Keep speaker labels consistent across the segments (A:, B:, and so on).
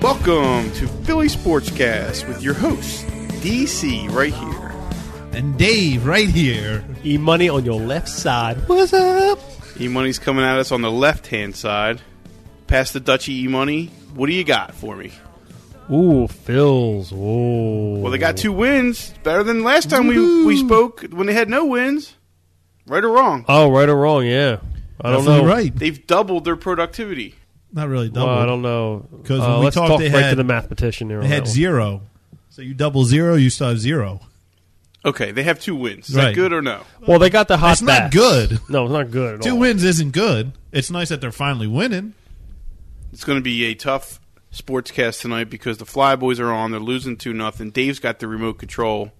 A: Welcome to Philly Sportscast with your host, DC, right here.
B: and Dave right here.
C: E money on your left side. What's up?
A: E Money's coming at us on the left hand side. Past the Dutchy E Money. What do you got for me?
C: Ooh, Phils. Ooh.
A: Well, they got two wins. Better than last time we, we spoke when they had no wins. Right or wrong?
C: Oh, right or wrong? Yeah, I don't know.
B: Definitely right.
A: They've doubled their productivity.
B: Not really
C: Well,
B: double.
C: I don't know.
B: 'Cause
C: Uh,
B: when we
C: let's
B: talked,
C: talk
B: they
C: right
B: had-
C: to the mathematician here.
B: They
C: on
B: had
C: that one.
B: zero. So you double zero, you still have zero.
A: Okay, they have two wins. Is that
B: Right.
A: good or no?
C: Well, they got the hot.
B: It's not
C: bats.
B: good.
C: No, it's not good at
B: Two
C: all.
B: wins isn't good. It's nice that they're finally winning.
A: It's going to be a tough sportscast tonight because the Flyboys are on. They're losing two nothing. Dave's got the remote control,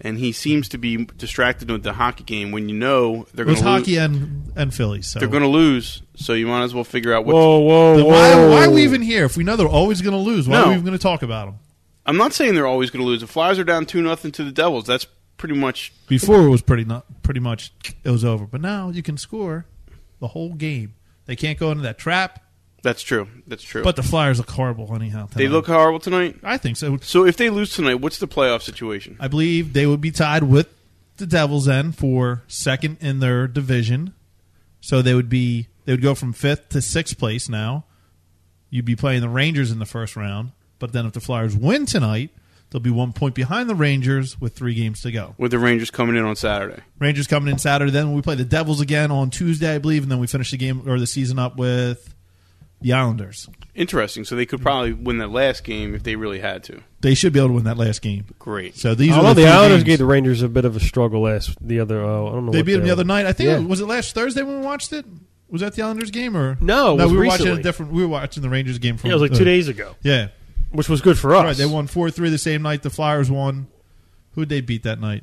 A: and he seems to be distracted with the hockey game. When you know they're
B: It was
A: going to lose,
B: hockey and and Philly. So
A: they're going to lose, so you might as well figure out what.
C: Whoa, whoa,
B: Then
C: whoa!
B: why, why are we even here if we know they're always going to lose? Why
A: No.
B: are we even going to talk about them?
A: I'm not saying they're always going to lose. The Flyers are down two nothing to the Devils. That's pretty much
B: Before it was pretty not, pretty much it was over, but now you can score the whole game. They can't go into that trap.
A: that's true. That's true.
B: But the Flyers look horrible anyhow.
A: they
B: tonight.
A: look horrible tonight.
B: I think so.
A: So if they lose tonight, what's the playoff situation?
B: I believe they would be tied with the Devils then for second in their division. So they would be they would go from fifth to sixth place now. You'd be playing the Rangers in the first round, but then if the Flyers win tonight, they'll be one point behind the Rangers with three games to go.
A: With the Rangers coming in on Saturday,
B: Rangers coming in Saturday, then we play the Devils again on Tuesday, I believe, and then we finish the game or the season up with the Islanders.
A: interesting. So they could probably win that last game if they really had to.
B: They should be able to win that last game.
A: Great.
B: So these
C: Although
B: are the,
C: the
B: three
C: Islanders
B: games.
C: gave the Rangers a bit of a struggle last the other. Uh, I don't know.
B: They
C: what
B: beat them the other night. I think
C: Yeah.
B: it was it last Thursday when we watched it. Was that the Islanders game or
C: No, it was
B: we were watching
C: recently.
B: a different. We were watching the Rangers game from.
C: Yeah, it was like
B: uh,
C: two days ago,
B: Yeah,
C: which was good for us.
B: right. They won four three the same night. The Flyers won. Who'd they beat that night?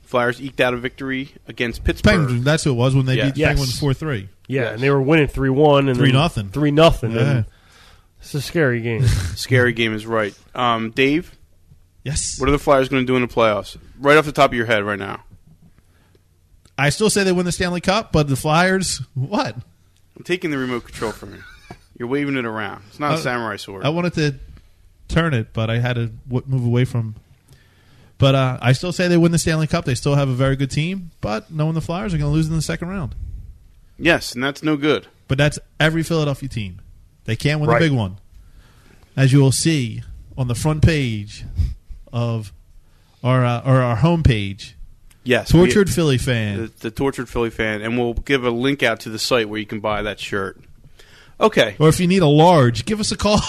A: Flyers eked out a victory against Pittsburgh.
B: Penguins. That's who it was when they
A: Yeah.
B: beat the
C: Yes.
B: Penguins four three.
C: Yeah,
A: Yes.
C: and they were winning three one and
B: 3-0.
C: three nothing.
B: Yeah.
C: It's a scary game.
A: Scary game is right. Um, Dave,
B: Yes,
A: what are the Flyers going to do in the playoffs? Right off the top of your head, right now.
B: I still say they win the Stanley Cup, but the Flyers. What?
A: I'm taking the remote control from you. You're waving it around. It's not a
B: Uh,
A: samurai sword.
B: I wanted to turn it, but I had to w- move away from. But uh, I still say they win the Stanley Cup. They still have a very good team, but knowing the Flyers are going to lose in the second round.
A: yes, and that's no good.
B: But that's every Philadelphia team. They can't win
C: Right.
B: the big one. As you will see on the front page of our uh, or our homepage,
A: Yes, we-
B: tortured Philly fan.
A: the, the tortured Philly fan, and we'll give a link out to the site where you can buy that shirt. Okay,
B: or if you need a large, give us a call.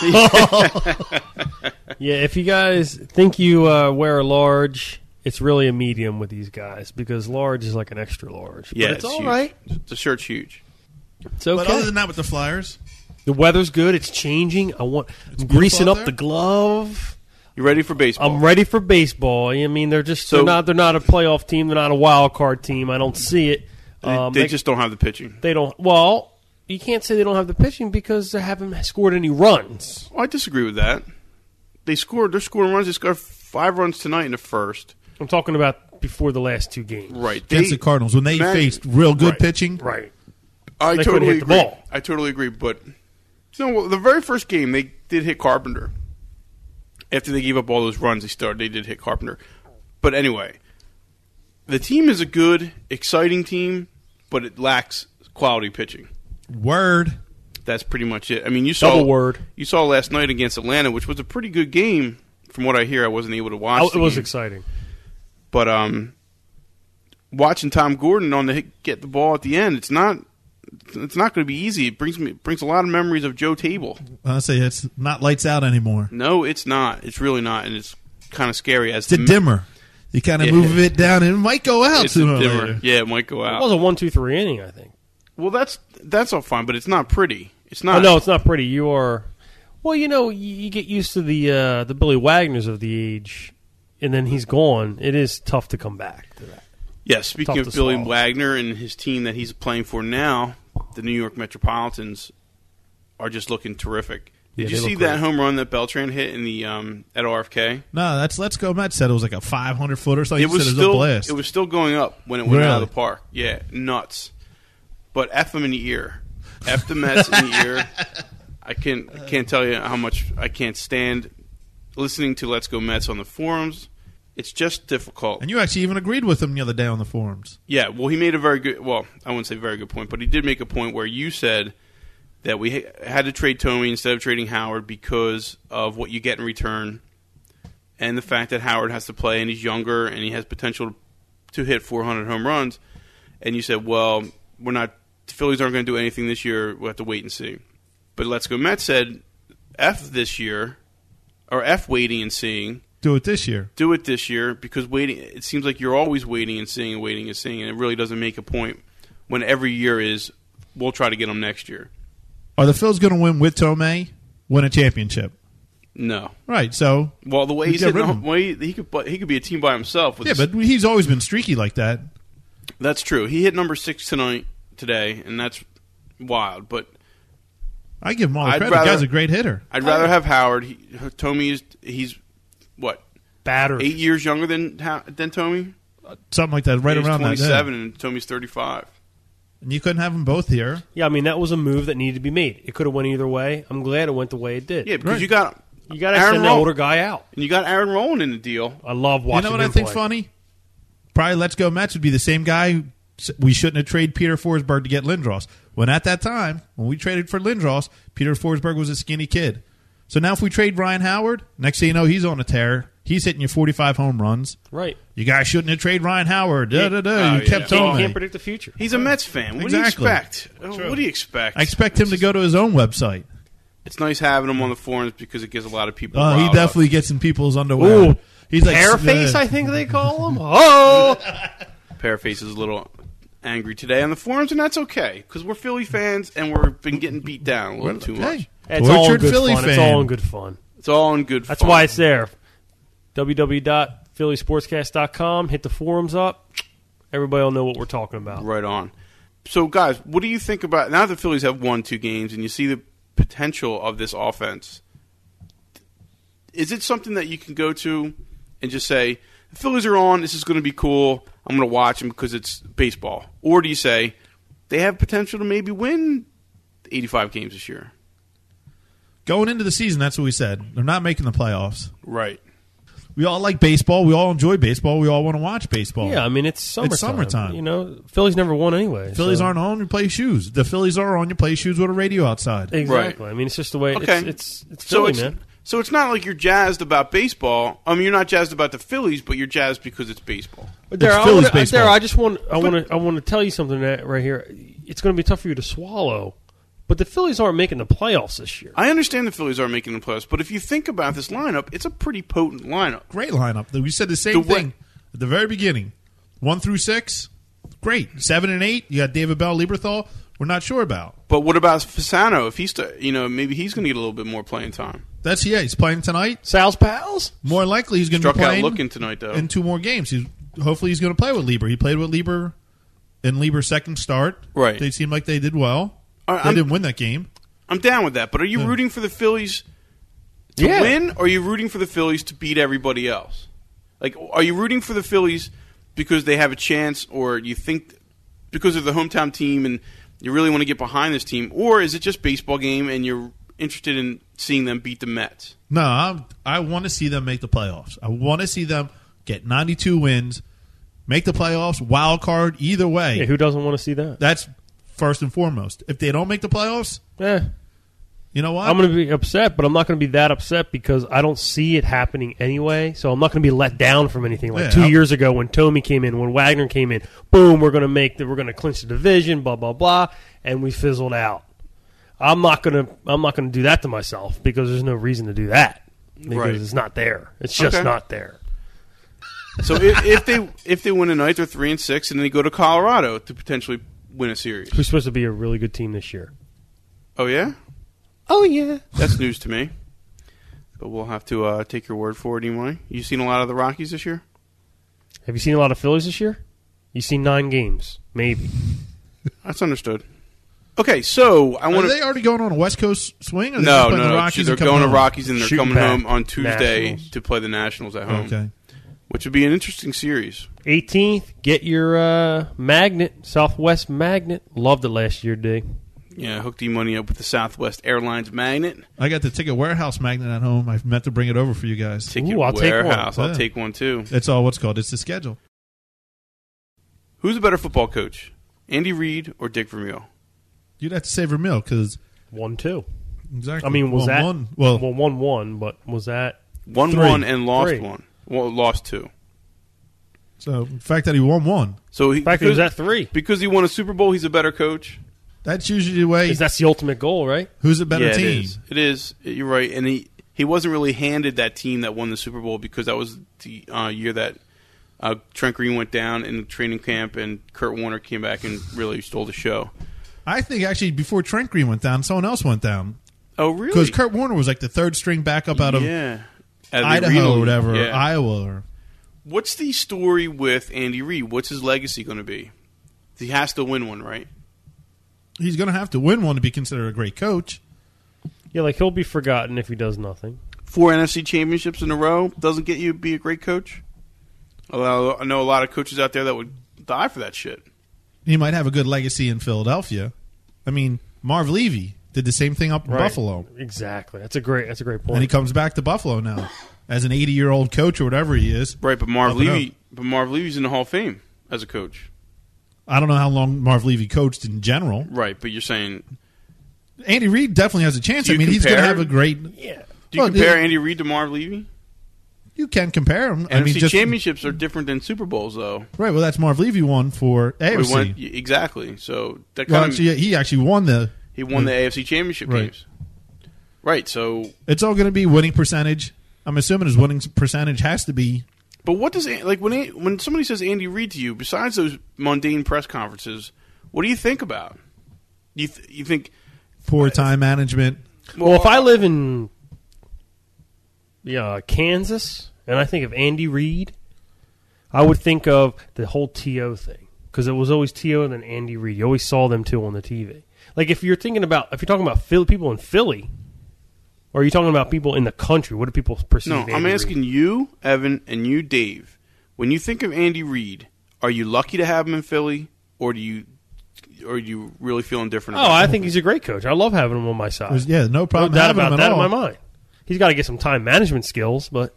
C: Yeah, if you guys think you uh, wear a large, it's really a medium with these guys because large is like an extra large.
A: yeah,
C: but it's, all
A: huge.
C: right.
A: The shirt's huge.
C: It's
B: But
C: okay.
B: other than that, with the Flyers,
C: the weather's good. It's changing. I want. I'm greasing
B: out
C: up
B: there.
C: the glove.
A: You ready for baseball?
C: I'm ready for baseball. I mean, they're just
A: So-
C: they're not they're not a playoff team. They're not a wild card team. I don't see it.
A: They,
C: Um,
A: they
C: they,
A: just don't have the pitching.
C: they don't. Well, you can't say they don't have the pitching because they haven't scored any runs.
A: Well, Oh, I disagree with that. They scored. They're scoring runs. They scored five runs tonight in the first.
C: I'm talking about before the last two games.
A: Right. They-
B: against the Cardinals, when they
A: Imagine-
B: faced real good
A: Right.
B: pitching,
C: Right.
A: I
C: They couldn't
A: totally
C: hit the
A: agree.
C: ball.
A: I totally agree. But no, well, the very first game they did hit Carpenter. After they gave up all those runs, they started. They did hit Carpenter. But anyway, the team is a good, exciting team, but it lacks quality pitching.
B: word.
A: That's pretty much it. I mean, you saw
C: Double word.
A: You saw last night against Atlanta, which was a pretty good game, from what I hear. I wasn't able to watch.
C: I-
A: the
C: Oh, it was
A: game.
C: exciting.
A: But um, watching Tom Gordon on the hit- get the ball at the end, it's not it's not going to be easy. It brings me brings a lot of memories of Joe Table.
B: Honestly, it's not lights out anymore.
A: No, it's not. It's really not, and it's kind of scary as
B: It's a
A: the-
B: dimmer. You kind of
A: Mm-hmm. Yeah.
B: move it down, and it might go out
A: It's a
B: sooner or
A: dimmer.
B: later.
A: Yeah, it might go
C: It
A: out.
C: was a one, two, three inning, I think.
A: Well, that's that's all fine, but it's not pretty. It's
C: Oh,
A: not.
C: no, it's not pretty. You are, well, you know, you, you get used to the uh, the Billy Wagner's of the age, and then he's gone. It is tough to come back to that.
A: Yeah, speaking
C: Tough
A: of
C: to
A: Billy
C: swallow.
A: Wagner and his team that he's playing for now, the New York Metropolitans are just looking terrific. Did
C: Yeah,
A: you
C: they
A: see
C: look
A: that
C: great.
A: home run that Beltran hit in the um, at RFK?
B: No, that's let's go. Matt said it was like a 500 footer. So
A: it
B: he said
A: was
B: it was
A: still
B: a blast.
A: it was still going up when it went out
B: Really?
A: of the park. Yeah, nuts. But f them in the ear, f the Mets in the ear, I can't I can't tell you how much I can't stand listening to Let's Go Mets on the forums. It's just difficult.
B: And you actually even agreed with him the other day on the forums.
A: Yeah, well, he made a very good. Well, I wouldn't say very good point, but he did make a point where you said that we ha- had to trade Tony instead of trading Howard because of what you get in return, and the fact that Howard has to play and he's younger and he has potential to hit 400 home runs. And you said, well, we're not. The Phillies aren't going to do anything this year. We'll have to wait and see. But Let's Go Mets said, F this year, or F waiting and seeing
B: Do it this year.
A: do it this year because waiting it seems like you're always waiting and seeing and waiting and seeing and it really doesn't make a point when every year is we'll try to get them next year
B: Are the Phils going to win with Tomei? Win a championship?
A: no
B: Right. So
A: well the way
B: We
A: he's
B: get
A: hitting
B: rid
A: the
B: of
A: home,
B: him.
A: way he could play- he could be a team by himself with
B: yeah,
A: this-
B: but he's always been streaky like that.
A: that's true he hit number 6 tonight today and that's wild but
B: I give him all the
A: I'd
B: credit.
A: rather-
B: the guy's a great hitter.
A: I'd rather have Howard he, Tommy is he's what
C: Batter.
A: 8 years younger than How- than Tommy
B: Something like that, right
A: he's
B: around that. yeah.
A: 27 and Tommy's 35
B: And you couldn't have them both here.
C: Yeah, I mean that was a move that needed to be made. It could have went either way. I'm glad it went the way it did.
A: yeah because
B: Right.
A: you got
C: you got to
A: Aaron
C: send the
A: Roll-
C: older guy out.
A: and you got Aaron Rowland in the deal
C: I love watching.
B: you know what
C: him
B: I think's
C: play.
B: funny? Probably Let's Go Mets would be the same guy. who s- We shouldn't have traded Peter Forsberg to get Lindros. When at that time, when we traded for Lindros, Peter Forsberg was a skinny kid. So now if we trade Ryan Howard, next thing you know, he's on a tear. He's hitting you 45 home runs.
C: Right.
B: You guys shouldn't have traded Ryan Howard. Da, da, da.
A: Oh,
B: you
A: yeah.
B: kept
A: Can't-
C: Can't,
B: Tome.
C: can't predict the future.
A: He's a Mets fan. What
B: Exactly.
A: do you expect? Uh, What do you expect?
B: I expect him to go to his own website.
A: It's nice having him on the forums because it gives a lot of people.
B: Uh, he
A: riled up.
B: definitely gets in people's underwear.
C: Ooh,
B: he's like
C: Hairface,
B: uh,
C: I think they call him. Oh,
A: Paraface is a little angry today on the forums, and that's okay because we're Philly fans and we've been getting beat down a little too much.
B: Hey,
C: it's all in
B: tortured
C: good
B: Philly
C: fun.
B: fan.
C: It's all in good fun.
A: It's all in good.
C: That's
A: fun.
C: why it's there. www.phillysportscast.com. Hit the forums up. Everybody will know what we're talking about.
A: right on. So, guys, what do you think about now that the Phillies have won two games and you see the potential of this offense? Is it something that you can go to and just say the Phillies are on? This is going to be cool. I'm going to watch them because it's baseball. Or do you say they have potential to maybe win 85 games this year?
B: Going into the season, that's what we said. They're not making the playoffs.
A: Right.
B: We all like baseball. We all enjoy baseball. We all want to watch baseball.
C: Yeah, I mean it's summertime.
B: summertime.
C: You know, Phillies never won anyway.
B: Phillies
C: so-
B: aren't on. You play shoes. The Phillies are on. You play shoes with a radio outside.
C: exactly. I mean, it's just the way.
A: Okay.
C: It's it's, it's
A: So
C: Philly,
A: it's
C: man.
A: so it's not like you're jazzed about baseball. I mean, you're not jazzed about the Phillies, but you're jazzed because it's baseball.
C: But Dara, I
B: Phillies
C: wanna-
B: baseball.
C: Dara, I just want I want to I want to tell you something that right here. It's going to be tough for you to swallow, but the Phillies aren't making the playoffs this year.
A: I understand the Phillies aren't making the playoffs, but if you think about this lineup, it's a pretty potent lineup.
B: Great lineup. We said the
A: The
B: same
A: way-
B: thing at the very beginning. One through six, great. Seven and eight, you got David Bell, Lieberthal. We're not sure about.
A: But what about Fasano? If he's, to, you know, maybe he's going to get a little bit more playing time.
B: That's yeah. He's playing tonight.
C: Sal's pals.
B: More likely, he's going to be
A: Struck out
B: playing
A: looking tonight, though.
B: in two more games. He's hopefully he's going to play with Lieber. He played with Lieber in Lieber's second start.
A: Right.
B: They seemed like they did well.
A: I-
B: they
A: I'm-
B: didn't win that game.
A: I'm down with that. But are you rooting for the Phillies to
C: Yeah.
A: win, or are you rooting for the Phillies to beat everybody else? Like, are you rooting for the Phillies because they have a chance, or you think because of the hometown team and you really want to get behind this team, or is it just baseball game and you're interested in seeing them beat the Mets?
B: No, I'm, I want to see them make the playoffs. I want to see them get 92 wins, make the playoffs, wild card, either way.
C: Yeah, who doesn't want to see that?
B: That's first and foremost. If they don't make the playoffs,
C: Eh,
B: you know what?
C: I'm going to be upset, but I'm not going to be that upset because I don't see it happening anyway. So I'm not going to be let down from anything like
B: Yeah,
C: 2
B: I'm-
C: years ago when Tommy came in, when Wagner came in. Boom, we're going to make the, we're going to clinch the division, blah blah blah, and we fizzled out. I'm not going to I'm not going to do that to myself because there's no reason to do that. Because
A: Right.
C: it's not there. It's just
A: Okay.
C: not there.
A: So if, if they if they win tonight, they're three and six, and they go to Colorado to potentially win a series.
C: Who's supposed to be a really good team this year?
A: Oh yeah,
C: Oh yeah.
A: that's news to me. But we'll have to uh, take your word for it anyway. You seen a lot of the Rockies this year?
C: Have you seen a lot of Phillies this year? You've seen 9 games, maybe.
A: That's understood. Okay, so I
B: Are
A: want
B: they
A: to.
B: already going on a West Coast swing? Or are they just
A: No, no,
B: playing the
A: no.
B: Rockies
A: They're
B: and coming
A: going to
B: home?
A: Rockies and they're
C: Shooting
A: coming
C: back
A: home on Tuesday
C: Nationals.
A: to play the Nationals at home,
B: Okay.
A: which would be an interesting series.
C: 18th, get your uh, magnet, Southwest magnet. Loved it last year, D.
A: Yeah, hooked E money up with the Southwest Airlines magnet.
B: I got the ticket warehouse magnet at home. I meant to bring it over for you guys.
A: Ticket
C: Ooh, I'll take one.
A: warehouse. I'll
B: Yeah.
A: take one too.
B: It's all what's called. It's the schedule.
A: Who's a better football coach, Andy Reid or Dick Vermeil?
B: You'd have to save your meal because
C: One two.
B: exactly.
C: I mean,
B: Well,
C: was that
B: one? Well,
C: well one one? But was that
A: One
B: Three.
A: one and lost
C: Three.
A: one. Well, lost two.
B: so the fact that he won one.
A: So he,
C: in fact? it
A: because,
C: Was that three?
A: because he won a Super Bowl, he's a better coach.
B: That's usually the way.
C: Is that's the ultimate goal, right?
B: who's a better
A: yeah,
B: team?
A: It is. it is. You're right. And he, he wasn't really handed that team that won the Super Bowl because that was the uh, year that uh, Trent Green went down in the training camp and Kurt Warner came back and really stole the show.
B: I think actually before Trent Green went down, someone else went down
A: Oh, really?
B: because Kurt Warner was like the third string backup out of
A: yeah. Out of the
B: Idaho
A: Reno-
B: or whatever, or
A: yeah.
B: Iowa or
A: What's the story with Andy Reid? What's his legacy going to be? He has to win one, right?
B: he's going to have to win one to be considered a great coach.
C: Yeah, like he'll be forgotten if he does nothing.
A: Four NFC championships in a row doesn't get you to be a great coach. Although I know a lot of coaches out there that would die for that shit.
B: He might have a good legacy in Philadelphia. I mean, Marv Levy did the same thing up in
C: Right.
B: Buffalo,
C: Exactly. That's a great. That's a great
B: and he
C: point.
B: comes back to Buffalo now as an 80 year old coach or whatever he is.
A: Right, but Marv
B: Up and
A: Levy, but Marv Levy's in the Hall of Fame as a coach.
B: I don't know how long Marv Levy coached in general.
A: Right, but you're saying
B: Andy Reid definitely has a chance.
A: Do
B: I
A: you
B: mean, he's going to
A: compare?
B: have a great.
C: yeah.
A: do you
B: Well,
A: compare
B: it-
A: Andy Reid to Marv Levy?
B: You can compare him. I
A: NFC
B: mean, just
A: championships are different than Super Bowls, though.
B: right. Well, that's Marv Levy won for
A: We
B: AFC.
A: won- exactly. So that
B: well,
A: kind of
B: actually, he actually won the.
A: he won the AFC championship
B: Right.
A: games. Right. So,
B: It's all going to be winning percentage. I'm assuming his winning percentage has to be
A: but what does An- like when An- when somebody says Andy Reid to you? Besides those mundane press conferences, what do you think about? You th- you think
B: poor time management.
C: Well, if I live in yeah Kansas and I think of Andy Reid, I would think of the whole To thing because it was always To and then Andy Reid. You always saw them two on the TV. Like if you're thinking about if you're talking about Philly, people in Philly, or are you talking about people in the country? What do people perceive?
A: No,
C: Andy
A: I'm
C: Reid?
A: asking you, Evan, and you, Dave. When you think of Andy Reid, are you lucky to have him in Philly, or do you, or are you really feeling different?
C: Oh, I think he's a great coach. I love having him on my side.
B: There's- yeah, no
C: no
B: problem
C: doubt
B: having
C: about
B: him at
C: that
B: all.
C: in my mind. He's got to get some time management skills, but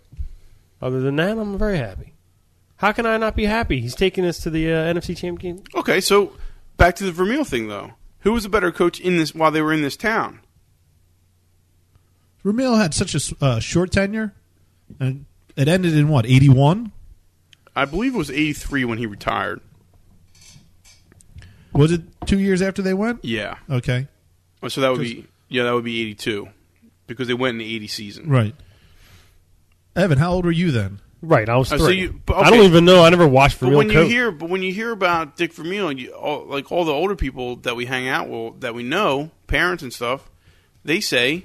C: other than that, I'm very happy. How can I not be happy? He's taking us to the uh, NFC Championship.
A: okay, so back to the Vermeil thing, though. Who was a better coach in this while they were in this town?
B: Ramil had such a s- uh, short tenure, and it ended in what 81.
A: I believe it was '83 when he retired.
B: Was it two years after they went?
A: Yeah,
B: Okay,
A: Oh, so that would be yeah, that would be '82 because they went in the '80 season.
B: right. Evan, how old were you then?
C: Right, I was
A: Oh,
C: three.
A: so you- but
C: I don't
A: okay.
C: even know. I never watched for
A: But when
C: real
A: you
C: coach.
A: hear, but when you hear about Dick Vermeil, and you, all, like all the older people that we hang out with, that we know, parents and stuff, they say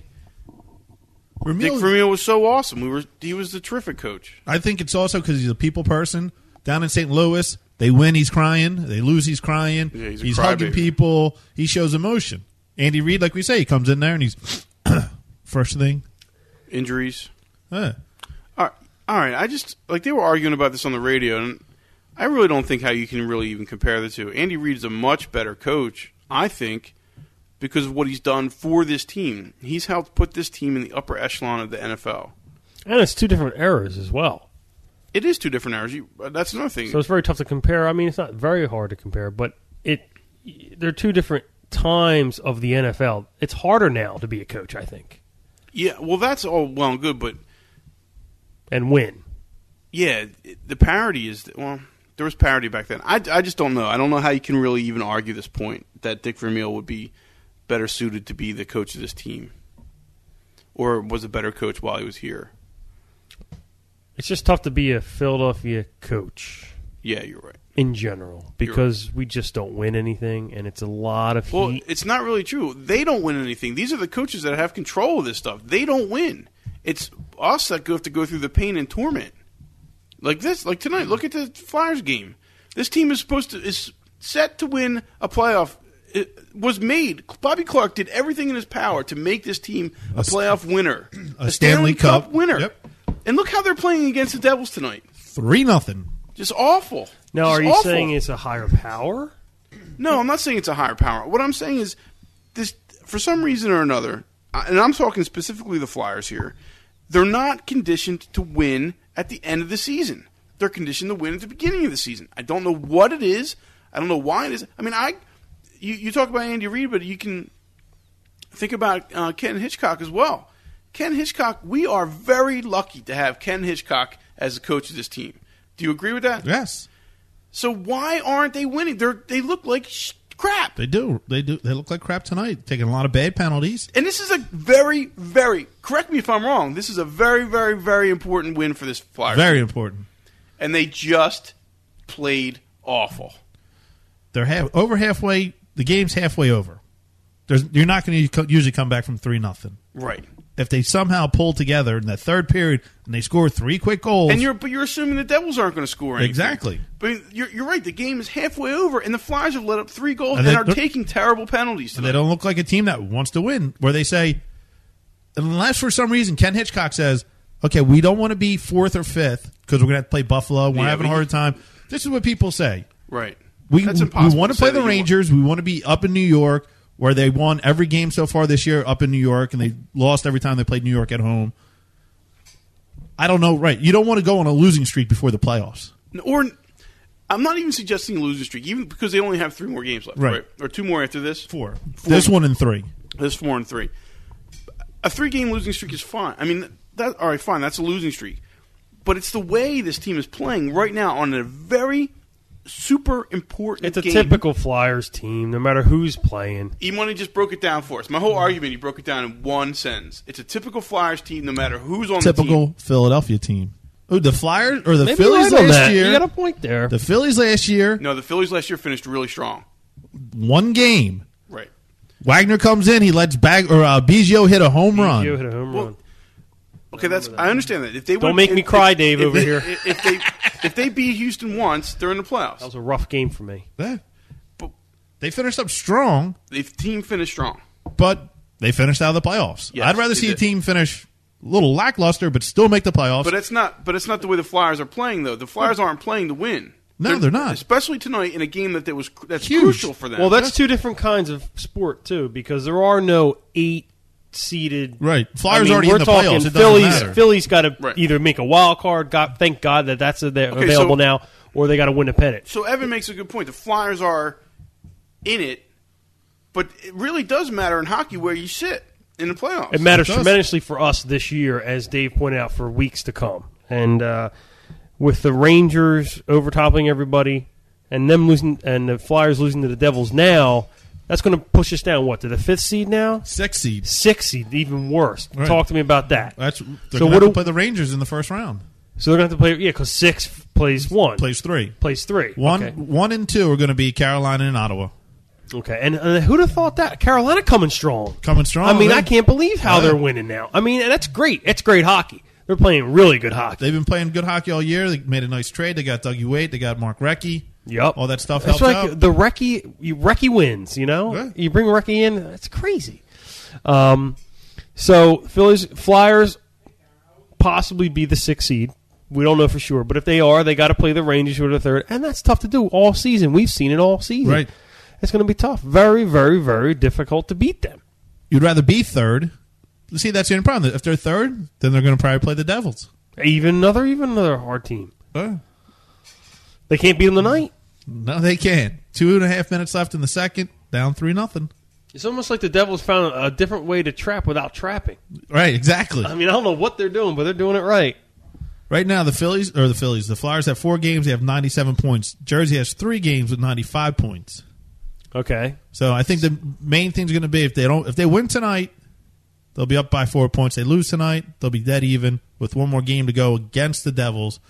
A: Dick
B: Ramil,
A: Vermeil was so awesome. We were he was the terrific coach.
B: I think it's also because he's a people person. Down in St. Louis, they win, he's crying. They lose, he's crying.
A: Yeah, he's a
B: hugging
A: crybaby.
B: people. He shows emotion. Andy Reid, like we say, he comes in there and he's first thing.
A: Injuries.
B: eh.
A: All right, all right. I just like they were arguing about this on the radio, and I really don't think how you can really even compare the two. Andy Reid is a much better coach, I think, because of what he's done for this team. He's helped put this team in the upper echelon of the NFL.
C: and it's two different eras as well,
A: It is two different hours. You, that's another thing.
C: so it's very tough to compare. I mean, it's not very hard to compare, but it they're two different times of the NFL. It's harder now to be a coach, I think,
A: yeah, well, that's all well and good, but
C: and win.
A: yeah, it- the parody is well, there was parody back then. I, I just don't know. I don't know how you can really even argue this point that Dick Vermeil would be better suited to be the coach of this team, or was a better coach while he was here.
C: It's just tough to be a Philadelphia coach.
A: Yeah, you're right.
C: in general because we just don't win anything and it's a lot of
A: Well,
C: heat.
A: it's not really true. They don't win anything. These are the coaches that have control of this stuff. They don't win. It's us that have to go through the pain and torment. Like this, like tonight. Look at the Flyers game. This team is supposed to is set to win a playoff. It was made. Bobby Clark did everything in his power to make this team a,
B: s-
A: playoff winner,
B: a Stanley Cup.
A: winner.
B: Yep.
A: And look how they're playing against the Devils tonight.
B: Three nothing.
A: Just awful.
C: Now,
A: Just
C: are you
A: awful.
C: saying it's a higher power?
A: No, I'm not saying it's a higher power. What I'm saying is this for some reason or another, I- and I'm talking specifically the Flyers here. They're not conditioned to win at the end of the season. They're conditioned to win at the beginning of the season. I don't know what it is. I don't know why it is. I mean, I you, you talk about Andy Reid, but you can think about uh, Ken Hitchcock as well. Ken Hitchcock, we are very lucky to have Ken Hitchcock as the coach of this team. Do you agree with that?
B: Yes,
A: So why aren't they winning? They're they look like sh- crap.
B: they do. They do. They look like crap tonight. Taking a lot of bad penalties.
A: And this is a very very correct me if I'm wrong. This is a very very very important win for this Flyers.
B: Very important.
A: And they just played awful.
B: They're half over halfway. The game's halfway over. There's, you're not going to usually come back from three nothing.
A: Right.
B: If they somehow pull together in the third period and they score three quick goals,
A: And you're but you're assuming the Devils aren't going to score anything.
B: Exactly.
A: But you're, you're right. The game is halfway over, and the Flyers have let up three goals and,
B: And they-
A: are
B: they're-
A: taking terrible penalties.
B: they
A: Tonight.
B: don't look like a team that wants to win. Where they say, unless for some reason Ken Hitchcock says, "Okay, we don't want to be fourth or fifth because we're going to have to play Buffalo. We're
A: Yeah,
B: having a
A: we-
B: hard time." This is what people say.
A: Right.
B: We,
A: That's
B: we-
A: impossible.
B: we want to
A: say
B: play
A: that
B: the
A: you want-
B: Rangers. We want to be up in New York, where they won every game so far this year up in New York, and they lost every time they played New York at home. I don't know. Right? You don't want to go on a losing streak before the playoffs.
A: or I'm not even suggesting a losing streak, even because they only have three more games left,
B: Right.
A: right? Or two more after this.
B: Four. This one and three.
A: This four and three. A three game losing streak is fine. I mean, that all right, fine. That's a losing streak, but it's the way this team is playing right now on a very super important.
C: It's a
A: game.
C: typical Flyers team, no matter who's playing.
A: Imani just broke it down for us. My whole argument, he broke it down in one sentence. It's a typical Flyers team, no matter who's on the team.
B: Typical Philadelphia team. Ooh, the Flyers or the
C: Maybe
B: Phillies
C: right on
B: last
C: that.
B: year.
C: You got a point there.
B: The Phillies last year,
A: No, the Phillies last year finished really strong.
B: one game.
A: Right.
B: Wagner comes in, he lets Bag or uh, Biggio hit a home run.
C: You hit a home
A: Well,
C: run.
A: Okay, that's I understand that. If they
C: Don't
A: would-
C: make me
A: if-
C: cry,
A: if-
C: Dave,
A: if
C: over
A: they-
C: here.
A: If if they if they beat Houston once, they're in the playoffs.
C: That was a rough game for me.
B: Yeah.
A: But
B: They finished up strong,
A: the team finished strong.
B: but they finished out of the playoffs.
A: Yes,
B: I'd rather
A: they
B: see a
A: did.
B: team finish a little lackluster, but still make the playoffs.
A: But it's not. But it's not the way the Flyers are playing, though. The Flyers aren't playing to win.
B: No, they're not.
A: Especially tonight in a game that, that was cr- that's
B: Huge.
A: crucial for them.
C: Well, that's two different kinds of sport too, because there are no eight seeded.
B: Right. Flyers
C: I mean,
B: already
C: we're
B: in the
C: talking
B: playoffs. It doesn't
C: Phillies.
B: matter.
C: Phillies got to
A: Right.
C: either make a wild card. God, thank God that that's a, they're
A: Okay,
C: available
A: so-
C: now, or they got to win a pennant.
A: so Evan makes a good point. The Flyers are in it, but it really does matter in hockey where you sit in the playoffs.
C: It matters
B: does.
C: tremendously for us this year, as Dave pointed out, for weeks to come. And uh, with the Rangers overtopping everybody, and them losing, and the Flyers losing to the Devils now, that's going to push us down. What to the fifth seed now?
B: six seeds.
C: Sixth seed, even worse.
B: Right.
C: Talk to me about that.
B: That's they're
C: So
B: gonna
C: what
B: have
C: do-
B: to play the Rangers in the first round.
C: So they're going to have to play, yeah, because six f- plays one,
B: Plays three.
C: plays three,
B: One,
C: Okay,
B: one and two are going to be Carolina and Ottawa
C: okay. and uh, who'd have thought that Carolina coming strong?
B: coming strong.
C: I mean,
B: They-
C: I can't believe how
B: Yeah.
C: they're winning now. I mean, and that's great. It's great hockey. They're playing really good hockey.
B: They've been playing good hockey all year. They made a nice trade. They got Dougie Waite. They got Mark Recchi.
C: Yep,
B: All that stuff
C: That's
B: helps
C: like
B: out.
C: the Recky. You, Recky wins. You know,
B: Yeah.
C: you bring Recky in. That's crazy. Um, so Phillies Flyers possibly be the sixth seed. We don't know for sure, but if they are, they got to play the Rangers who are the third, and that's tough to do all season. We've seen it all season.
B: Right.
C: It's going to be tough. Very, very, very difficult to beat them.
B: You'd rather be third. See, that's the only problem. If they're third, then they're going to probably play the Devils.
C: Even another, even another hard team.
B: Oh,
C: They can't beat them tonight.
B: no, they can't. Two and a half minutes left in the second. Down three nothing.
C: It's almost like the Devils found a different way to trap without trapping.
B: Right, exactly.
C: I mean, I don't know what they're doing, but they're doing it right.
B: Right now, the Phillies or the Phillies, the Flyers have four games. They have ninety-seven points. Jersey has three games with ninety-five points.
C: Okay.
B: So I think the main thing's going to be if they don't if they win tonight, they'll be up by four points. They lose tonight, they'll be dead even with one more game to go against the Devils,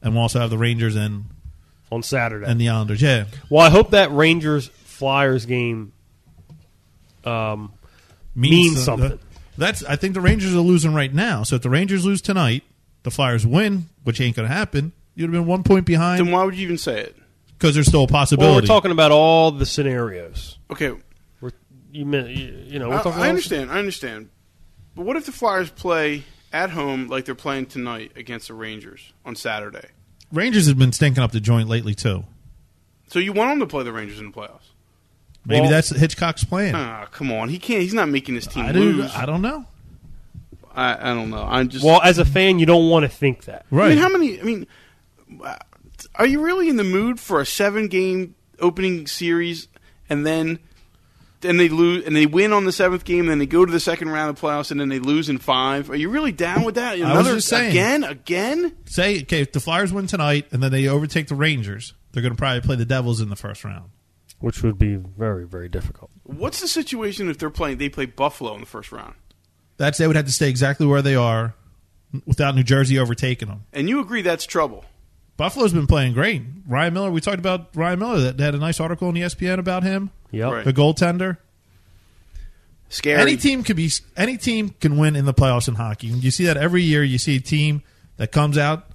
B: and we'll also have the Rangers and
C: On Saturday.
B: and the Islanders. Yeah,
C: Well, I hope that Rangers Flyers game. Um, Means
B: some-
C: something.
B: That's I think the Rangers are losing right now. So if the Rangers lose tonight, the Flyers win, which ain't going to happen. You'd have been one point
A: then
B: behind
A: why would you even say it?
B: because there's still a possibility.
C: well, we're talking about all the scenarios.
A: Okay,
C: We're, you, meant, you, you know, we're
A: I,
C: talking.
A: I
C: about-
A: understand. I understand. But what if the Flyers play at home like they're playing tonight against the Rangers on Saturday?
B: Rangers have been stinking up the joint lately too.
A: So you want them to play the Rangers in the playoffs?
B: Maybe
A: Well-
B: that's Hitchcock's plan.
C: Hmm.
A: Ah, come on. He can't. He's not making his team
B: I do.
A: lose.
B: I don't know.
A: I, I don't know. I'm just.
C: Well, as a fan, you don't want to think that.
A: I
B: Right.
A: mean, how many? I mean, uh, are you really in the mood for a seven-game opening series, and then then they lose and they win on the seventh game, and then they go to the second round of playoffs, and then they lose in five? Are you really down with that?
B: was just saying.
A: again, again.
B: Say okay, if the Flyers win tonight and then they overtake the Rangers, they're going to probably play the Devils in the first round.
C: Which would be very, very difficult.
A: What's the situation if they're playing? They play Buffalo in the first round,
B: That's they would have to stay exactly where they are without New Jersey overtaking them.
A: and you agree that's trouble.
B: Buffalo's been playing great. Ryan Miller, we talked about Ryan Miller. That they had a nice article on E ESPN about him,
C: Yep.
A: Right.
B: the goaltender.
A: Scary.
B: Any team could be any team can win in the playoffs in hockey. You see that every year. You see a team that comes out.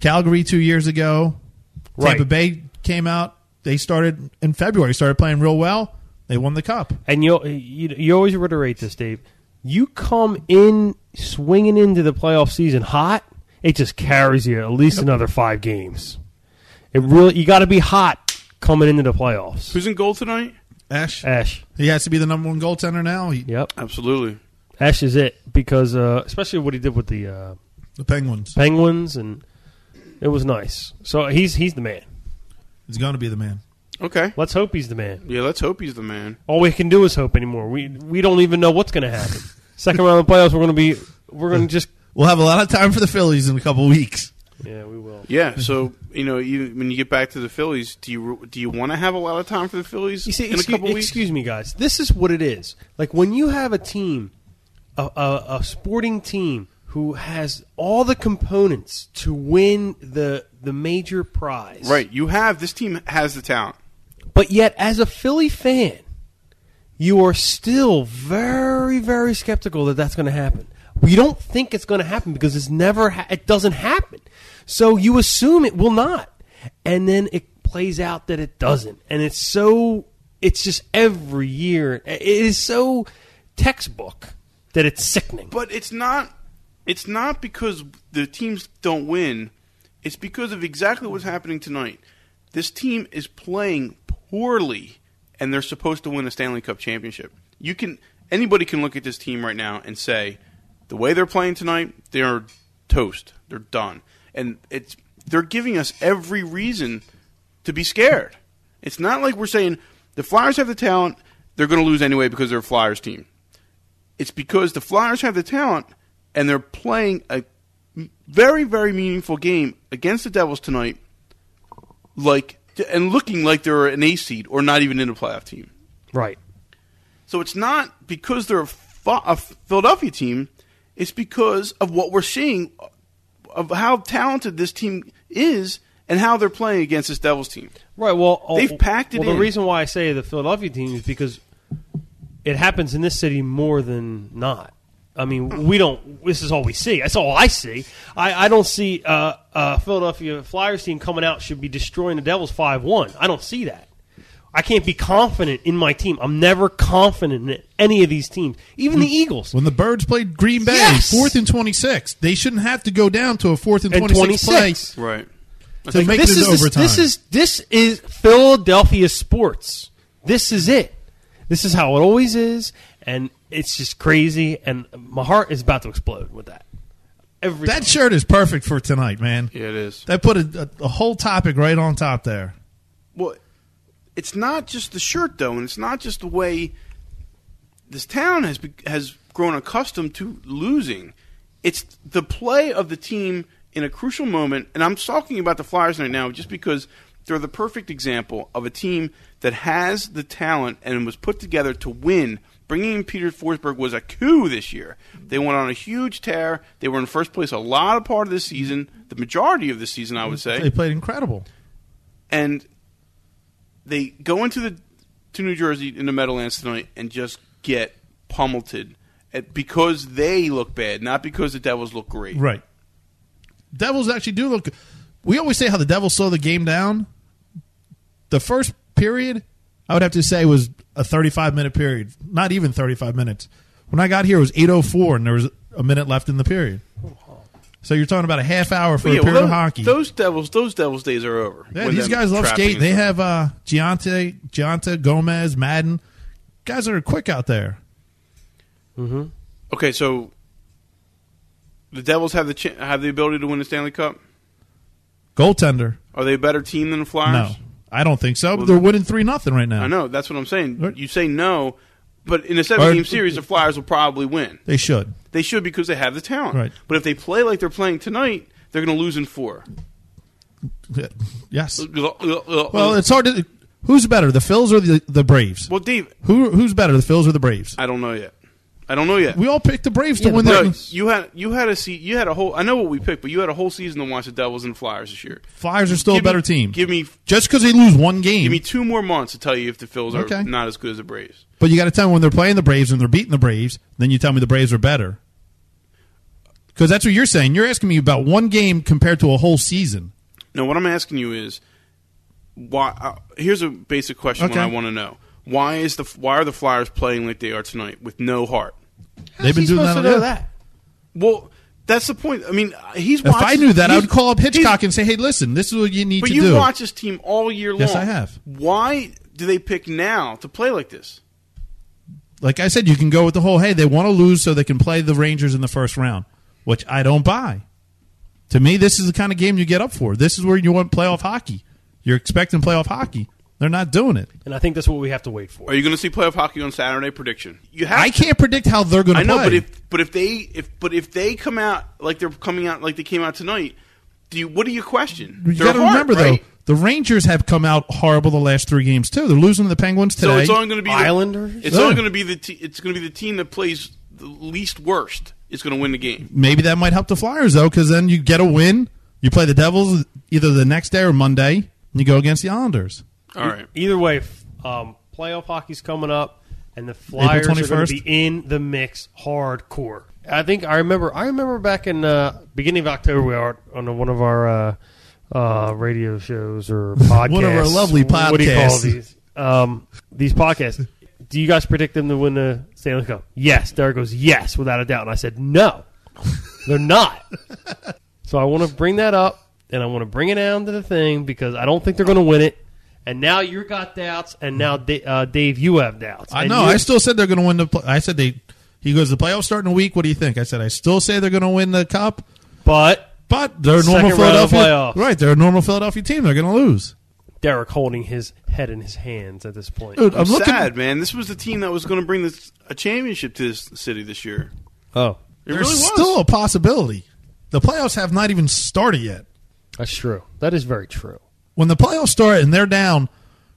B: Calgary two years ago, Tampa
C: Right.
B: Bay came out. They started in February. Started playing real well. They won the cup.
C: And you, you you always reiterate this, Dave. You come in swinging into the playoff season hot, it just carries you at least another five games. It really you got to be hot coming into the playoffs.
A: Who's in goal tonight?
B: Ash,
C: Ash,
B: he has to be the number one goaltender now. He,
C: yep,
A: Absolutely.
C: Ash is it because uh, especially what he did with the uh,
B: The Penguins.
C: Penguins and it was nice. So he's he's the man.
B: He's going to be the man.
A: Okay.
C: Let's hope he's the man.
A: Yeah, let's hope he's the man.
C: All we can do is hope anymore. We we don't even know what's going to happen. Second round of the playoffs, we're going to be we're going to just
B: We'll have a lot of time for the Phillies in a couple weeks.
C: yeah we will.
A: Yeah, so you know, you, when you get back to the Phillies, do you do you want to have a lot of time for the Phillies
C: You see,
A: in
C: excuse,
A: a couple weeks?
C: excuse me, guys. This is what it is. Like when you have a team, a, a, a sporting team who has all the components to win the the major prize,
A: Right, you have this team has the talent.
C: But yet, as a Philly fan, you are still very, very skeptical that that's going to happen. We don't think it's going to happen because it's never. Ha- it doesn't happen. So you assume it will not, and then it plays out that it doesn't, and it's so. It's just every year. It is so textbook that it's sickening.
A: But it's not it's not because the teams don't win. It's because of exactly what's happening tonight. This team is playing poorly and they're supposed to win a Stanley Cup championship. You can anybody can look at this team right now and say the way they're playing tonight, they're toast. They're done. And it's they're giving us every reason to be scared. It's not like we're saying the Flyers have the talent, they're going to lose anyway because they're a Flyers team it's because the Flyers have the talent and they're playing a very, very meaningful game against the Devils tonight, like and looking like they're an A seed or not even in a playoff team.
C: Right.
A: So it's not because they're a Ph- a Philadelphia team; it's because of what we're seeing of how talented this team is and how they're playing against this Devils team.
C: Right. Well, all-
A: They've packed it
C: Well,
A: in.
C: the reason why I say the Philadelphia team is because it happens in this city more than not. I mean, we don't. This is all we see. That's all I see. I, I don't see uh, uh, Philadelphia Flyers team coming out should be destroying the Devils five one. I don't see that. I can't be confident in my team. I'm never confident in any of these teams, even
A: Hmm.
C: the Eagles.
B: When the Birds played Green Bay,
C: Yes!
B: fourth and 26, they shouldn't have to go down to a fourth and
C: And
B: 26,
C: 26.
B: play
A: Right.
B: to make
C: this
B: it
C: is
B: into overtime.
C: this is this is Philadelphia sports. This is it. This is how it always is, and it's just crazy. And my heart is about to explode with that. Every
B: that shirt is perfect for tonight, man.
A: Yeah, it is.
B: That put a, a, a whole topic right on top there.
A: Well, it's not just the shirt though, and it's not just the way this town has be- has grown accustomed to losing. It's the play of the team in a crucial moment, and I'm talking about the Flyers right now just because they're the perfect example of a team that has the talent and was put together to win. Bringing in Peter Forsberg was a coup this year. They went on a huge tear. They were in first place a lot of part of the season, the majority of the season, I would say
B: They played incredible.
A: and they go into the to New Jersey in the Meadowlands tonight and just get pummeled at, because they look bad, not because the Devils look great.
B: Right. Devils actually do look. We always say how the Devils slow the game down. The first period, I would have to say, was a 35 minute period. Not oh even 35 minutes. When I got here, it was 8:04, and there was a minute left in the period. So you're talking about a half hour for
A: But yeah,
B: a period
A: well,
B: of
A: those-
B: hockey.
A: Those devils, those devils days are over.
B: yeah,
A: With
B: these
A: them
B: guys love
A: trapping
B: skate.
A: and
B: They
A: stuff.
B: have uh, Giante, Gianta, Gomez, Madden. Guys that are quick out there.
A: Okay, so the Devils have the ch- have the ability to win the Stanley Cup.
B: Goaltender.
A: Are they a better team than the Flyers?
B: No, I don't think so. But they're winning three nothing right now.
A: I know that's what I'm saying.
B: Right.
A: You say no, but in a seven game
B: Or-
A: series, the Flyers will probably win.
B: They should.
A: They should because they have the talent.
B: Right.
A: But if they play like they're playing tonight, they're going to lose in four.
B: Yes. Well,
A: Well,
B: it's hard to. Who's better, the Phils or the the Braves?
A: well, Dave,
B: Who who's better, the Phils or the Braves?
A: I don't know yet. I don't know yet.
B: We all picked the Braves to
C: Yeah,
B: win
A: No,
B: the
A: you had you had a se- you had a whole. I know what we picked, but you had a whole season to watch the Devils and Flyers this year.
B: Flyers are still a
A: Give me-
B: better team.
A: Give me
B: Just because they lose one game,
A: give me two more months to tell you if the Phils
B: Okay.
A: are not as good as the Braves.
B: but you got to tell me when they're playing the Braves and they're beating the Braves, then you tell me the Braves are better. Because that's what you're saying. You're asking me about one game compared to a whole season.
A: No, what I'm asking you is why. Uh, here's a basic question
B: Okay.
A: I want to know: Why is the why are the Flyers playing like they are tonight with no heart?
B: They've been doing that. all year.
A: Well, that's the point. I mean, he's.
B: If I knew that, I would call up Hitchcock
A: And
B: and say, "Hey, listen, this is what you need
A: but
B: to
A: you
B: do."
A: watch this team all year long.
B: Yes, I have.
A: Why do they pick now to play like this?
B: like I said, you can go with the whole hey, they want to lose so they can play the Rangers in the first round, which I don't buy. To me, this is the kind of game you get up for. This is where you want playoff hockey. You're expecting playoff hockey. They're not doing it.
C: And I think that's what we have to wait for.
A: Are you going to see playoff hockey on Saturday? Prediction. You have.
B: I
A: to.
B: can't predict how they're going
A: I
B: to play.
A: know, but if but if they if but if they come out like they're coming out like they came out tonight, do you what do you question?
B: you
A: Their
B: got to
A: heart,
B: remember
A: right?
B: though, the Rangers have come out horrible the last three games too. They're losing to the Penguins today.
A: So it's only going to be
C: Islanders?
A: The, it's
B: Yeah.
A: only going to be the te- it's going to be the team that plays the least worst is going to win the game.
B: Maybe that might help the Flyers though, because then you get a win. You play the Devils either the next day or Monday, and you go against the Islanders.
A: All right.
C: Either way, f- um, playoff hockey's coming up, and the Flyers are going
B: 21st?
C: to be in the mix hardcore. I think I remember. I remember back in uh, beginning of October, we are on one of our uh, uh, radio shows or podcasts.
B: One of our lovely
C: What do you call
B: podcasts.
C: these? Um, these podcasts. Do you guys predict them to win the Stanley Cup? Yes. Derek goes yes without a doubt, and I said no. They're not. So I want to bring that up, and I want to bring it down to the thing because I don't think they're going to win it. And now you got doubts, and now da- uh, Dave, you have doubts.
B: I
C: And
B: know.
C: you-
B: I still said they're going to win the. Pl- I said they. He goes the playoffs start in a week. What do you think? I said I still say they're going to win the cup,
C: but
B: but they're a normal
C: Second round of
B: Philadelphia.
C: playoffs.
B: Right, they're a normal Philadelphia team. They're going to lose.
C: Derek holding his head in his hands at this point.
B: Dude, I'm,
A: I'm,
B: looking.
A: sad, man. This was the team that was going to bring this a championship to this city this year.
C: Oh,
A: It
B: There's
A: really was.
B: still a possibility. The playoffs have not even started yet.
C: that's true. That is very true.
B: When the playoffs start and they're down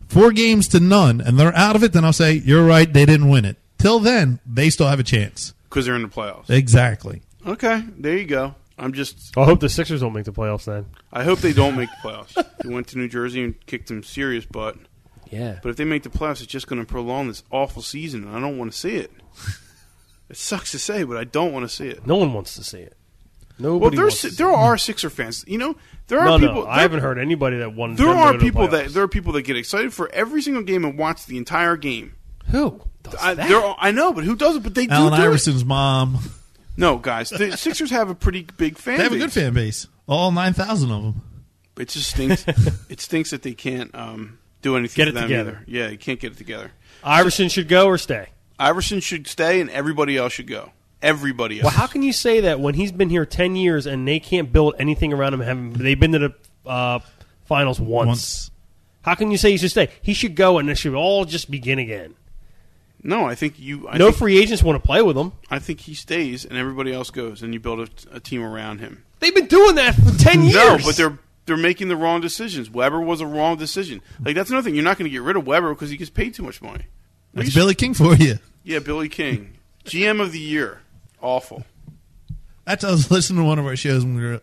B: four games to none and they're out of it, then I'll say you're right. They didn't win it. Till then, they still have a chance.
A: because they're in the playoffs.
B: Exactly.
A: Okay, there you go. I'm just.
C: I hope the Sixers don't make the playoffs then.
A: I hope they don't make the playoffs. they went to New Jersey and kicked them serious butt.
C: Yeah,
A: But if they make the playoffs, it's just going to prolong this awful season, and I don't want to see it. it sucks to say, but I don't want to see it.
C: no one wants to see it.
A: Well,
C: Nobody.
A: there's
C: wants to see
A: there are Sixer fans. You know, there
C: it.
A: are
C: no,
A: people.
C: no.
A: there-
C: I haven't heard anybody that won.
A: There
C: them to
A: are
C: go to the
A: people
C: playoffs.
A: that there are people that get excited for every single game and watch the entire game.
C: who does
A: I,
C: that?
A: there are, I know, but who does it? But they
B: Allen
A: do. do it.
B: Iverson's mom.
A: No, guys, the Sixers have a pretty big fan.
B: They have a
A: base.
B: good fan base. All nine thousand of them.
A: It just stinks. it stinks that they can't um, do anything
C: Get
A: for
C: it
A: them
C: together.
A: either. Yeah, you can't get it together.
C: Iverson should go or stay.
A: Iverson should stay, and everybody else should go. Everybody else.
C: Well, how can you say that when he's been here ten years and they can't build anything around him? Having they've been to the uh, finals once.
B: Once.
C: How can you say he should stay? He should go, and it should all just begin again.
A: No, I think you. I,
C: no
A: think,
C: free agents want to play with him.
A: I think he stays, and everybody else goes, and you build a, a team around him.
C: They've been doing that for ten years.
A: No, but they're they're making the wrong decisions. Weber was a wrong decision. Like that's another thing. You're not going to get rid of Weber because he gets paid too much money.
B: That's Billy King for you.
A: Yeah, Billy King, GM of the year. Awful.
B: That's I was listening to one of our shows when we were.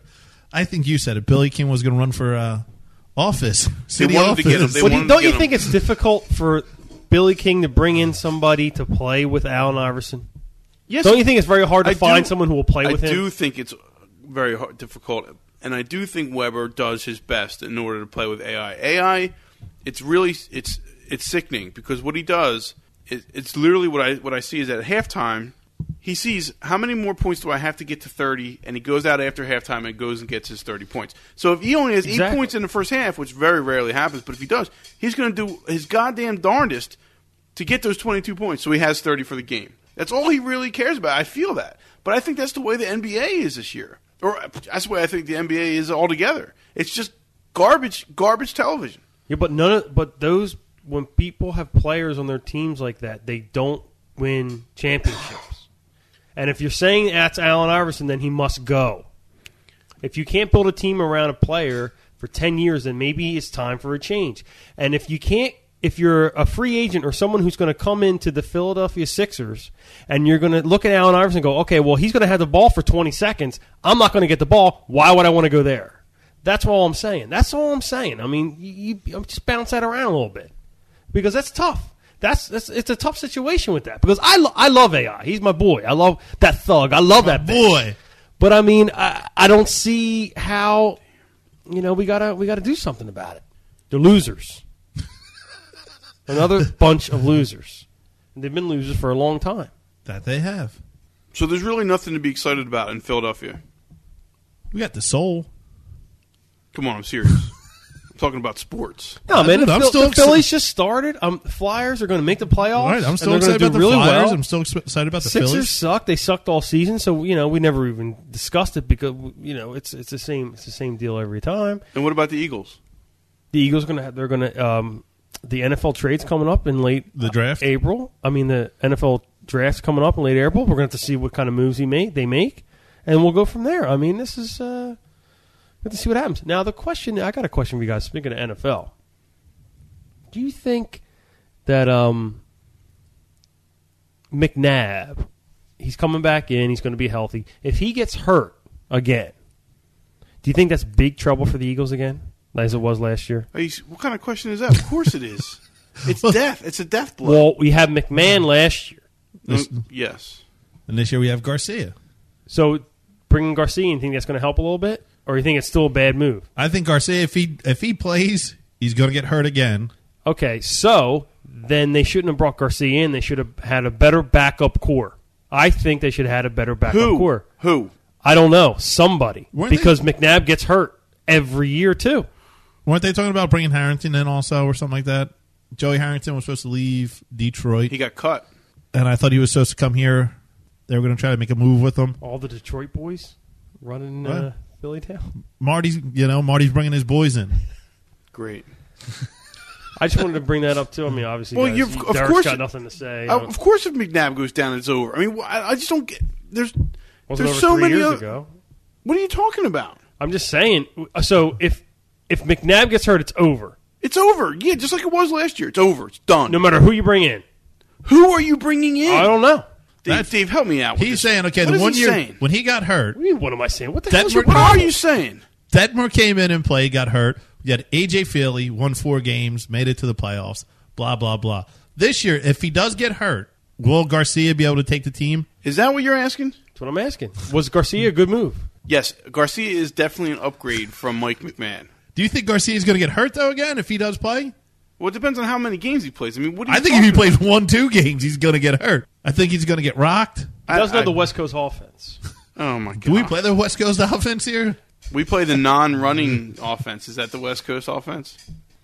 B: I think you said it. Billy King was going to run for uh, office. City
A: wanted to
B: office.
A: get him. They
C: But
A: wanted-
C: do- don't
A: get
C: you
A: him.
C: think it's difficult for Billy King to bring in somebody to play with Allen Iverson?
A: Yes.
C: Don't you think it's very hard to
A: I do-
C: find someone who will play with
A: I
C: him?
A: do think it's very hard, difficult, and I do think Weber does his best in order to play with AI. AI, it's really it's it's sickening because what he does, it, it's literally what I what I see is at halftime, He sees how many more points do I have to get to 30, and he goes out after halftime and goes and gets his 30 points. So if he only has eight
C: Exactly.
A: points in the first half, which very rarely happens, but if he does, he's going to do his goddamn darndest to get those 22 points so he has 30 for the game. That's all he really cares about. I feel that. But I think that's the way the NBA is this year. Or uh, that's the way I think the NBA is altogether. It's just garbage, garbage television.
C: Yeah, but none of but those when people have players on their teams like that, they don't win championships. and if you're saying that's Allen Iverson, then he must go. If you can't build a team around a player for ten years, then maybe it's time for a change. And if you can't if you're a free agent or someone who's going to come into the Philadelphia Sixers and you're going to look at Allen Iverson and go, okay, well, he's going to have the ball for 20 seconds. I'm not going to get the ball. Why would I want to go there? That's all I'm saying. That's all I'm saying. I mean, you, you just bounce that around a little bit because that's tough. That's, that's it's a tough situation with that because I lo- I love AI. He's my boy. I love that thug. I love that bitch.
B: boy.
C: But I mean, I, I don't see how you know we gotta we gotta do something about it. They're losers. Another bunch of losers. And they've been losers for a long time.
B: That they have.
A: So there's really nothing to be excited about in Philadelphia.
B: We got the soul.
A: Come on, I'm serious. I'm talking about sports.
C: No,
B: don't
C: man, the,
B: know. I'm
C: Phil-
B: still
C: the Phillies just started. Um, the Flyers are going to make the playoffs.
B: All right, I'm still
C: and they're
B: excited
C: gonna
B: about the
C: do really
B: Flyers.
C: Well.
B: I'm still ex- excited about the
C: Sixers
B: Phillies.
C: suck. They sucked all season, so you know we never even discussed it because you know it's it's the same it's the same deal every time.
A: And what about the Eagles?
C: The Eagles are going to have they're going to um, the NFL trades coming up in late
B: The draft.
C: April. I mean, the NFL draft's coming up in late April. We're going to have to see what kind of moves he make, they make, and we'll go from there. I mean, this is uh, we have to see what happens. Now, the question I got a question for you guys. Speaking of NFL, do you think that um, McNabb, he's coming back in, he's going to be healthy. If he gets hurt again, do you think that's big trouble for the Eagles again, as it was last year?
A: Are you, what kind of question is that? Of course it is. It's death. It's a death blow.
C: Well, we had McMahon last year.
A: No, yes.
B: and this year we have Garcia.
C: So bringing Garcia, you think that's going to help a little bit, or you think it's still a bad move?
B: I think Garcia, if he if he plays, he's going to get hurt again.
C: Okay, so then they shouldn't have brought Garcia in. They should have had a better backup core. I think they should have had a better backup
A: Who?
C: core.
A: Who?
C: I don't know somebody
B: Weren't they-
C: because McNabb gets hurt every year too.
B: Weren't they talking about bringing Harrington in also or something like that? Joey Harrington was supposed to leave Detroit,
A: He got cut.
B: and I thought he was supposed to come here. They were going to try to make a move with him.
C: All the Detroit boys running
B: Right.
C: uh, Philly Town.
B: Marty's, you know, Marty's bringing his boys in.
A: Great.
C: I just wanted to bring that up too. I mean, obviously,
A: Well,
C: guys,
A: you've-
C: you-
A: of
C: Derek's
A: course-
C: got nothing to say.
A: Uh, of course, if McNabb goes down, it's over. I mean, wh- I, I just don't get. There's
C: Wasn't
A: there's
C: over
A: so
C: three
A: many.
C: years
A: oth-
C: ago.
A: What are you talking about?
C: I'm just saying. So if if McNabb gets hurt, it's over.
A: It's over. Yeah, just like it was last year. It's over. It's done.
C: No matter who you bring in,
A: Who are you bringing in?
C: I don't know.
A: Dave, Dave, help me out. With
B: He's
A: this.
B: saying, okay,
A: What
B: the
A: is
B: one
A: he
B: year
A: saying?
B: when he got hurt,
C: What do you mean, what am I saying? What the
B: That
C: hell's your
A: What
C: problem?
A: are you saying?
B: Detmer came in and played, got hurt. You had AJ Feely, won four games, made it to the playoffs. Blah blah blah. This year, if he does get hurt, will Garcia be able to take the team?
A: Is that what you're asking?
C: That's what I'm asking. Was Garcia a good move?
A: Yes, Garcia is definitely an upgrade from Mike McMahon.
B: Do you think Garcia is going to get hurt though again if he does play?
A: Well, it depends on how many games he plays. I mean, what do you
B: I think if he
A: talking
B: plays one two games, he's going to get hurt. I think he's going to get rocked.
C: He does
A: I-
C: know
A: I-
C: the West Coast offense.
A: about? Oh my god,
B: Do we play the West Coast offense here?
A: We play the non-running offense. Is that the West Coast offense?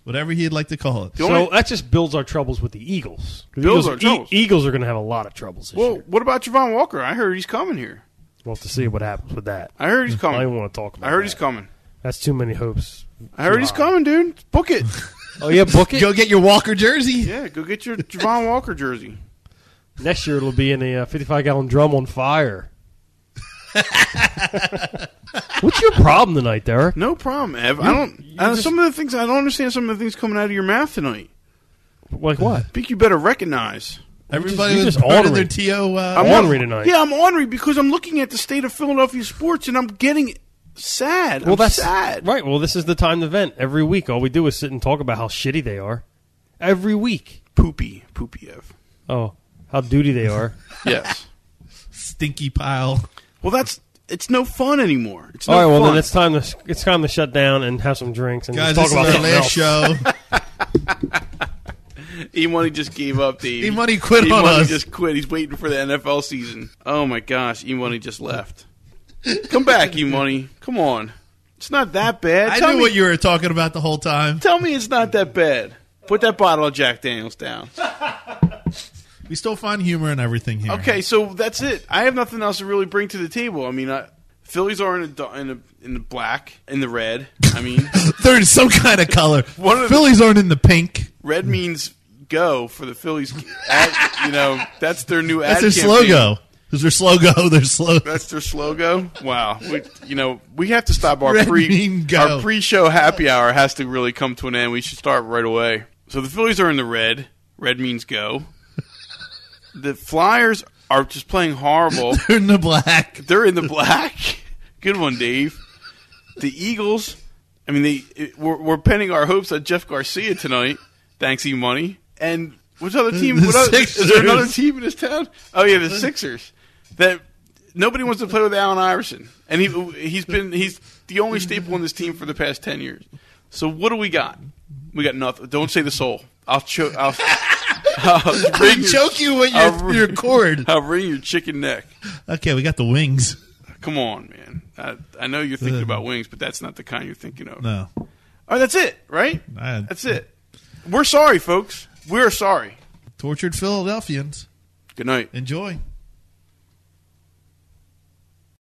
B: Whatever he'd like to call it.
A: The
C: So
A: only-
C: that just builds our troubles with the Eagles. The
A: Builds
C: Eagles,
A: our troubles.
C: E- Eagles are going to have a lot of troubles this
A: well,
C: year.
A: what about Javon Walker? I heard he's coming here.
C: We'll have to see what happens with that.
A: I heard he's
C: I don't even
A: coming.
C: want to talk about
A: I heard
C: that.
A: he's coming.
C: That's too many hopes.
A: I heard he's coming, dude. Book it.
C: Oh, yeah, book it.
B: Go get your Walker jersey.
A: Yeah, go get your Javon Walker jersey.
C: Next year it'll be in a 55 gallon drum on fire. What's your problem tonight, Derek?
A: No problem, Ev. I don't. I,
C: just-
A: some of the things I don't understand. Some of the things coming out of your mouth tonight.
C: Like
A: I
C: what?
A: think you better recognize.
B: Everybody
C: You just-
B: was
C: you just
B: burning their
C: ornery.
B: to. Uh,
C: I'm ornery tonight.
A: Yeah, I'm ornery because I'm looking at the state of Philadelphia sports and I'm getting sad.
C: Well,
A: I'm
C: that's
A: sad.
C: right. Well, this is the time to vent every week. All we do is sit and talk about how shitty they are every week.
A: Poopy, poopy Ev.
C: Oh, how duty they are.
A: Yes.
B: stinky pile.
A: well, that's it's no fun anymore. It's no
C: All right. Well,
A: fun.
C: then it's time to it's time to shut down and have some drinks and
B: Guys,
C: talk
B: this is
C: about
B: our
C: something
B: last
C: else.
B: show.
A: E Money just gave up, Dave.
B: E Money quit
A: E
B: on
A: Money
B: us.
A: just quit. He's waiting for the NFL season. Oh my gosh, E Money just left. Come back, E Money. Come on. It's not that bad.
B: I
A: tell
B: knew
A: me,
B: what you were talking about the whole time.
A: Tell me it's not that bad. Put that bottle of Jack Daniels down.
B: We still find humor in everything here.
A: Okay, so that's it. I have nothing else to really bring to the table. I mean, I, Phillies are in a, do- in a, in the black, in the red. I mean,
B: They're in some kind of color.
A: One of the-
B: Phillies aren't in the pink.
A: red means go for the Phillies. Ad- you know, that's their new
B: That's
A: ad
B: their
A: campaign.
B: slogan. Is their slogan? Their slogan.
A: That's their slogan. Wow, we, you know we have to stop our
B: Red
A: pre
B: mean go.
A: our pre show happy hour has to really come to an end. We should start right away. So the Phillies are in the red. Red means go. the Flyers are just playing horrible.
B: They're in the black.
A: They're in the black. Good one, Dave. The Eagles. I mean, they it, we're, we're pinning our hopes on Jeff Garcia tonight. Thanks, E Money. And which other team?
B: The
A: what other, is there another
B: Sixers.
A: team in this town? Oh yeah, the Sixers. That nobody wants to play with Allen Iverson, and he he's been he's the only staple on this team for the past ten years. So what do we got? We got nothing. Don't say the soul. I'll choke. I'll, I'll
B: They
A: wring your-
B: choke you with
A: I'll-
B: your, your cord.
A: I'll wring your chicken neck.
B: Okay, we got the wings.
A: Come on, man. I, I know you're thinking about wings, but that's not the kind you're thinking of.
B: No.
A: Oh, that's it, right?
B: I-
A: That's it. We're sorry, folks. We're sorry.
B: Tortured Philadelphians.
A: Good night.
B: Enjoy.